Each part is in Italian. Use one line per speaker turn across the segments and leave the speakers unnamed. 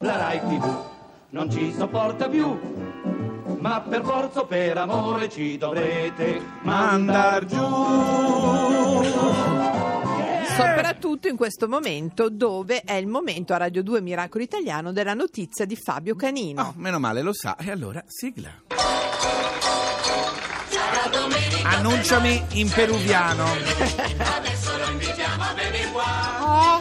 la Rai TV non ci sopporta più, ma per forza o per amore ci dovrete mandar giù.
Soprattutto in questo momento dove è il momento a Radio 2 Miracolo Italiano della notizia di Fabio Canino.
Oh, meno male, lo sa. E allora, sigla.
Sarà domenica
Annunciami in peruviano.
adesso lo invitiamo a venire qua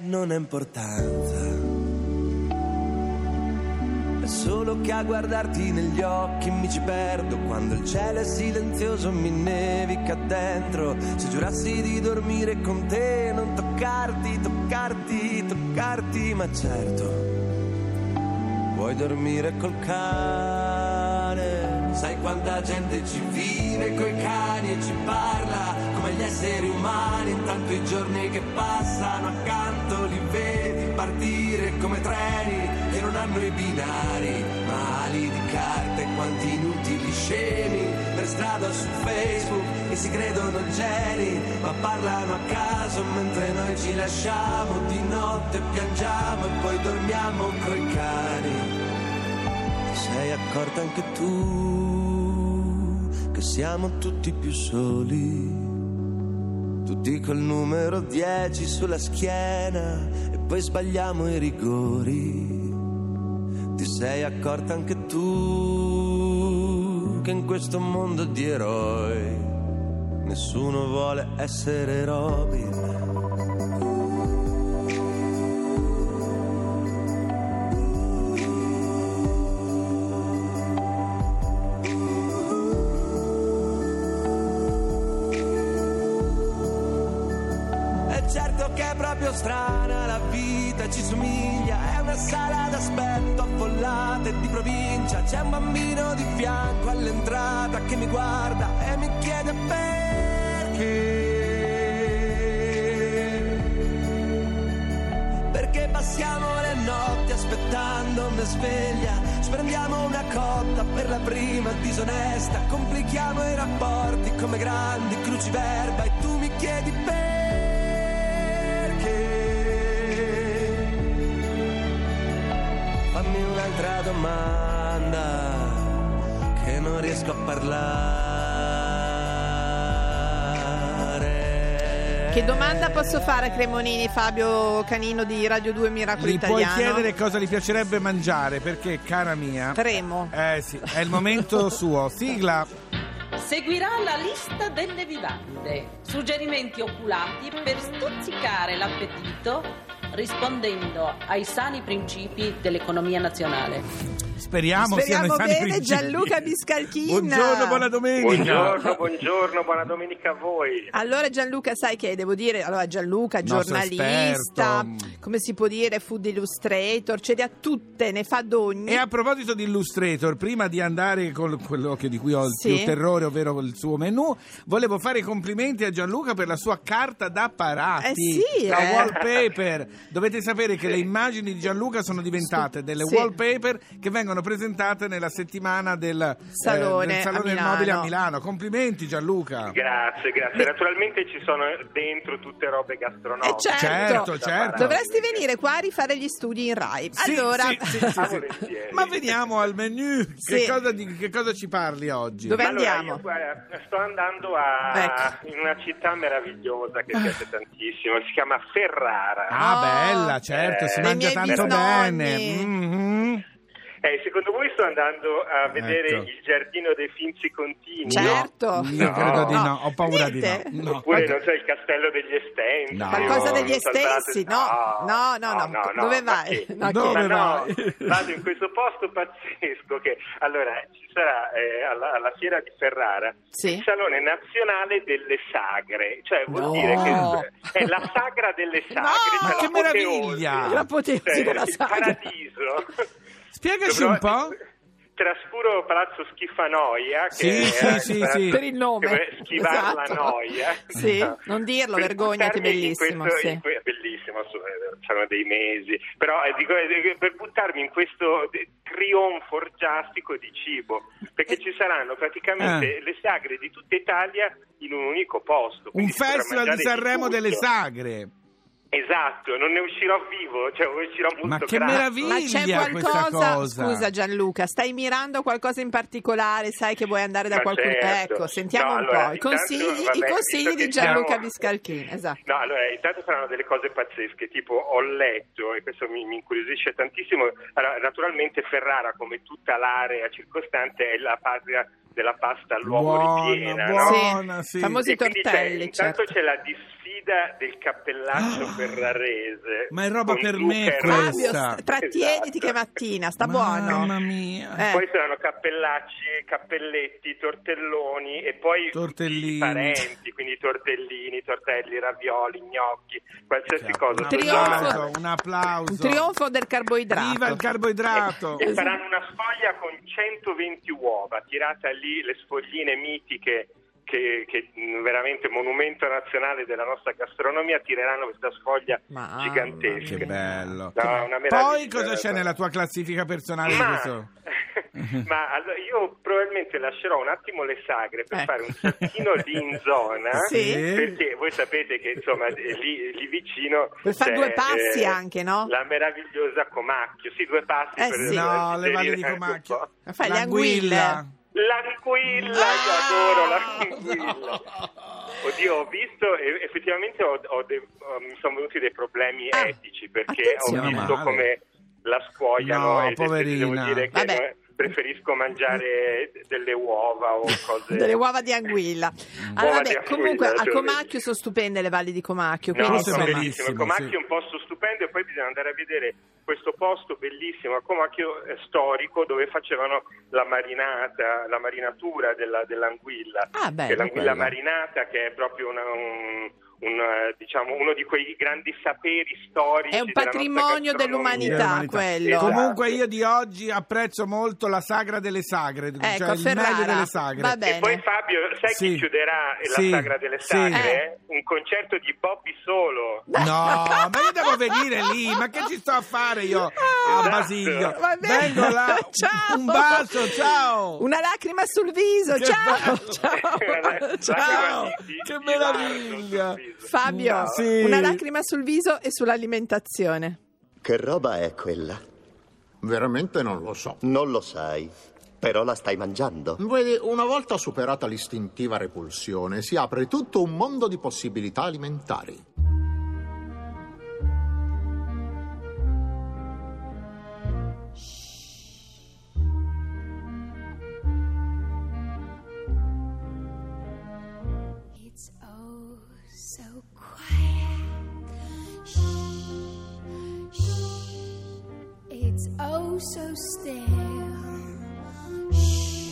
non ha importanza. È solo che a guardarti negli occhi mi ci perdo quando il cielo è silenzioso mi nevica dentro. Se giurassi di dormire con te, non toccarti, toccarti, toccarti, ma certo. Vuoi dormire col cane? Sai quanta gente ci vive coi cani e ci parla come gli esseri umani. Intanto i giorni che passano accanto li vedi partire come treni che non hanno i binari, ma ali di carta e quanti inutili scemi per strada o su Facebook che si credono geni, ma parlano a caso mentre noi ci lasciamo di notte piangiamo e poi dormiamo coi cani. Ti sei accorta anche tu che siamo tutti più soli. Tutti col numero 10 sulla schiena e poi sbagliamo i rigori. Ti sei accorta anche tu che in questo mondo di eroi nessuno vuole essere Robin. È certo che è proprio strana la vita, ci somiglia. È una sala d'aspetto affollata e di provincia. C'è un bambino di fianco all'entrata che mi guarda e mi chiede perché. Perché passiamo le notti aspettando una sveglia, ci prendiamo una cotta per la prima disonesta, complichiamo i rapporti come grandi cruciverba e tu mi chiedi perché. un'altra domanda che non riesco a parlare.
Che domanda posso fare a Cremonini, Fabio Canino di Radio 2 Miracolo
Gli puoi
Italiano?
chiedere cosa gli piacerebbe mangiare perché, cara mia,
Tremo.
eh sì, è il momento suo. Sigla.
Seguirà la lista delle vivande, suggerimenti oculati per stuzzicare l'appetito rispondendo ai sani principi dell'economia nazionale.
Speriamo,
Speriamo
siano i sani
bene,
principi.
Gianluca Biscalchina.
Buongiorno, buona domenica.
Buongiorno, buongiorno, buona domenica a voi.
Allora Gianluca, sai che devo dire, allora Gianluca,
Nostro
giornalista,
esperto.
come si può dire, food illustrator, ce li ha tutte, ne fa d'ogni.
E a proposito di Illustrator, prima di andare con quello che- di cui ho il
Sì.
più terrore, ovvero il suo menu, volevo fare i complimenti a Gianluca per la sua carta da parati,
Eh sì,
la
eh.
wallpaper. Dovete sapere che le immagini di Gianluca sono diventate delle
Sì.
wallpaper che vengono presentate nella settimana del
Salone
del,
a
salone del
Milano.
mobile a Milano. Complimenti Gianluca.
Grazie, grazie. Naturalmente ci sono dentro tutte robe gastronomiche.
Eh, certo.
Certo, certo.
Dovresti venire qua a rifare gli studi in Rai.
Sì,
allora,
sì, sì, sì, sì.
Ah, volentieri.
Ma veniamo al menu. Che,
Sì.
cosa, di- che cosa ci parli oggi?
Dove-
Allora,
andiamo? Ecco.
io, guarda, sto andando a in una città meravigliosa che mi piace
Ah.
tantissimo, si chiama Ferrara.
Ah,
Oh.
bella, certo, si
Eh,
mangia
dei miei
tanto
bisnonni.
bene. Mhm.
Eh, secondo voi sto andando a vedere
Ecco.
il giardino dei Finzi Contini?
certo.
Io credo di no,
No.
ho paura
Niente.
di no. no.
Oppure
Guarda,
non c'è il castello degli estensi?
No.
Qualcosa degli
Non salvate-
estensi, no, no, no, no, dove
ma
vai?
che-
No,
Dove
che-
Ma no,
vai?
vado in questo posto pazzesco che allora ci sarà eh, alla, alla fiera di Ferrara
Sì.
il salone nazionale delle sagre, cioè vuol
No.
dire che è la sagra delle sagre,
No, che
cioè l'apoteosi,
meraviglia!
L'apoteosi
cioè,
della
il
sagra.
paradiso.
Spiegaci
Dovrò-
un po'.
Trascuro Palazzo Schifanoia, che
Sì,
è-
sì, sì,
sarà-
sì.
Per il nome.
che- Schivare
Esatto.
la noia.
Sì,
No.
non dirlo,
Per
vergognati,
buttarmi in
bellissimo,
questo-
sì.
in que- bellissimo, su- eh, sono dei mesi. Però eh, dico, eh, per buttarmi in questo eh, trionfo orgiastico di cibo, perché ci saranno praticamente
Eh.
le sagre di tutta Italia in un unico posto.
Un
quindi si potrà
festival di
mangiare
Sanremo
tutto.
delle sagre.
Esatto, non ne uscirò vivo, cioè uscirò molto
Ma che
grasso.
meraviglia
Ma c'è
questa
qualcosa,
cosa.
scusa Gianluca, stai mirando a qualcosa in particolare, sai che vuoi andare da
Ma
qualcun
certo.
Ecco, sentiamo
No,
un
allora,
po', i
intanto,
consigli,
vabbè,
i consigli
visto
di
che
Gianluca
siamo-
Biscalchini, esatto.
No, allora, intanto saranno delle cose pazzesche, tipo ho letto, e questo mi, mi incuriosisce tantissimo, allora, naturalmente Ferrara, come tutta l'area circostante, è la patria della pasta all'uomo
Buono,
ripiena,
buono.
no?
Buona, sì.
famosi
E quindi
tortelli,
c'è, intanto
certo.
c'è la diffida del cappellaccio ferrarese.
Ah. Ma è roba
con
per
zucchero.
me
Fabio,
questa.
st- trattieniti
Esatto.
che mattina, sta
Mamma
buono.
mia.
Eh.
Poi saranno cappellacci, cappelletti, tortelloni e poi
Tortellini.
i parenti, quindi tortellini, tortelli, ravioli, gnocchi, qualsiasi cosa.
Un
Trionfo.
applauso, un applauso.
Un trionfo del carboidrato.
Viva il carboidrato.
E faranno una sfoglia con 120 uova, tirata lì le sfogline mitiche che, che mh, veramente monumento nazionale della nostra gastronomia, tireranno questa sfoglia
Mamma,
gigantesca.
Che bello.
No, una meraviglia,
Poi cosa c'è
veramente.
nella tua classifica personale di
Ma,
questo?
ma allora io probabilmente lascerò un attimo le sagre
Eh.
per
Ecco.
fare un saltino lì in zona
Sì.
perché voi sapete che insomma eh, lì, lì vicino
Per far
c'è, eh,
due passi anche, no?
la meravigliosa Comacchio sì due passi
Eh
per
sì.
No,
per
le valli di
digerire anche un
Comacchio.
po'.
Ma fai le
L'anguilla.
anguille.
L'anguilla,
Ah!
io adoro l'anguilla. Oddio, ho visto, e- effettivamente ho- ho de- ho- mi sono venuti dei problemi
Ah,
etici perché
attenzione.
ho visto
Male.
come la scuoiano
No,
e de- devo
poverina.
dire che
Vabbè.
no, preferisco mangiare delle uova o cose...
Delle uova di anguilla. Allora,
Uova
vabbè,
di anguilla,
comunque a
cioè,
Comacchio sono stupende le valli di Comacchio.
No,
quindi,
questo è
sono
insomma,
bellissimo,
bellissimo. Comacchio
sì.
è un posto stupendo e poi bisogna andare a vedere questo posto bellissimo a Comacchio eh, storico dove facevano la marinata, la marinatura della- dell'anguilla.
Ah, bello,
Che è l'anguilla
bello.
marinata che è proprio una- un, un, eh, diciamo, uno di quei grandi saperi storici.
È un
della nostra
patrimonio
gastronomia.
dell'umanità
Dell'umanità.
quello.
Esatto.
Comunque io di oggi apprezzo molto la sagra delle sagre,
Ecco,
cioè il
Ferrara.
meglio delle sagre.
Va bene.
E poi Fabio, sai
Sì.
chi chiuderà la
Sì.
sagra delle
Sì.
Eh.
sagre? Un concerto di Bobby Solo.
No, ma io devo venire lì, ma che ci sto a fare io
Ah.
a
Esatto.
Basiglio?
Ah, Va bene.
Vengo là,
Ciao.
un bacio, ciao!
Una lacrima sul viso,
Che
ciao,
bello.
ciao, ciao.
Ciao,
Di- di-
che
di
meraviglia.
Marzo, sorriso.
Fabio,
Sì.
una lacrima sul viso e sull'alimentazione.
Che roba è quella? Veramente non lo so.
Non lo sai, però la stai mangiando.
Vedi, una volta superata l'istintiva repulsione, si apre tutto un mondo di possibilità alimentari.
It's oh so quiet. Shh, shh. It's oh so still. Shh,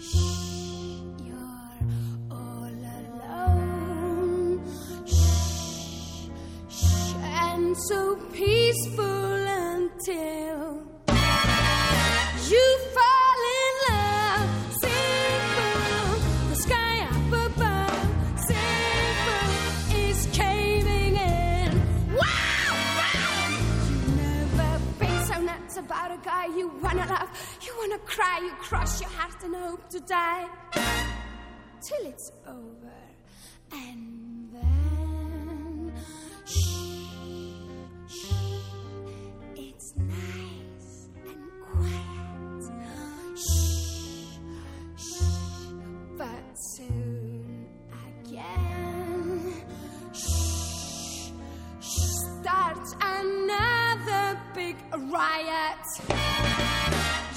shh. You're all alone. Shh, shh. And so peaceful until you fall in love. Simple, the sky up above. Simple is caving in. Wow, wow! You never been so nuts about a guy you wanna love. You wanna cry, you cross your heart and hope to die. Till it's over. And then, shh, shh, it's nice and quiet. Shh, shh, but soon again, shh, shh, starts another big riot.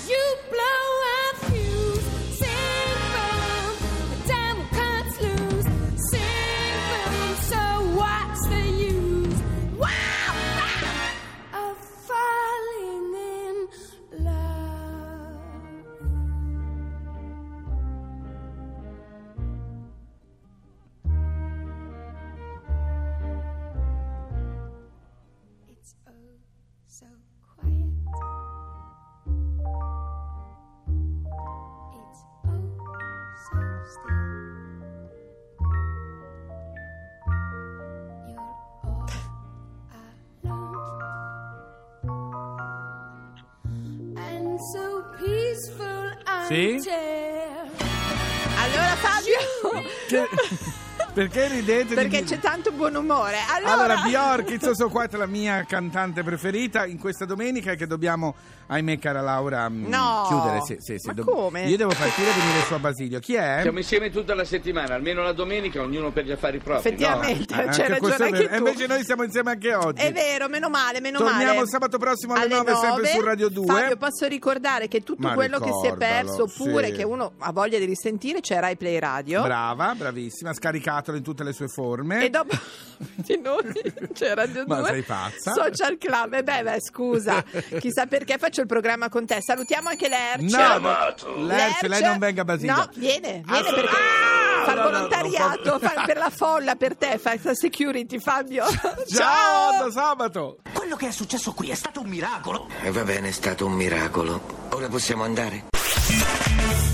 You blow a fuse, simple. The devil cuts loose, simple. So what's the use? Wow, wow, of falling in love. It's oh so quiet. It's oh so still. You're all alone and so peaceful
Sì?
until.
Allora Fabio,
Che- Perché ridete? di-
perché c'è tanto buon umore. Allora,
Allora, Bjork, Izzo So Quiet, la mia cantante preferita in questa domenica che dobbiamo, ahimè, cara Laura, mh,
No.
chiudere. Sì, sì, sì,
Ma come?
Io devo partire e venire su a Basilio. Chi è?
Siamo insieme tutta la settimana, almeno la domenica, ognuno per gli affari propri.
Effettivamente,
Ah, anche
c'è
questo
ragione
è vero.
anche
E
tu.
invece noi siamo insieme anche oggi.
È vero, meno male, meno male.
Torniamo sabato prossimo alle 9, sempre
9.
su Radio 2.
Fabio, posso ricordare che tutto
Ma
quello che si è
ricordalo,
perso oppure
sì.
che uno ha voglia di risentire c'è Rai Play Radio.
Brava, bravissima, scaricatelo in tutte le sue forme.
E dopo di noi c'è Radio 2
eh? Ma sei pazza?
Social Club E beh, beh scusa Chissà perché faccio il programma con te Salutiamo anche Lerch
No, Lerch, lei non venga a Basilio.
No, viene, viene perché fa il
Ah, no, no, non
volontariato
posso-
fa per la folla, per te Fa la security Fabio
Ciao, da sabato.
Quello che è successo qui è stato un miracolo.
E va bene, è stato un miracolo. Ora possiamo andare?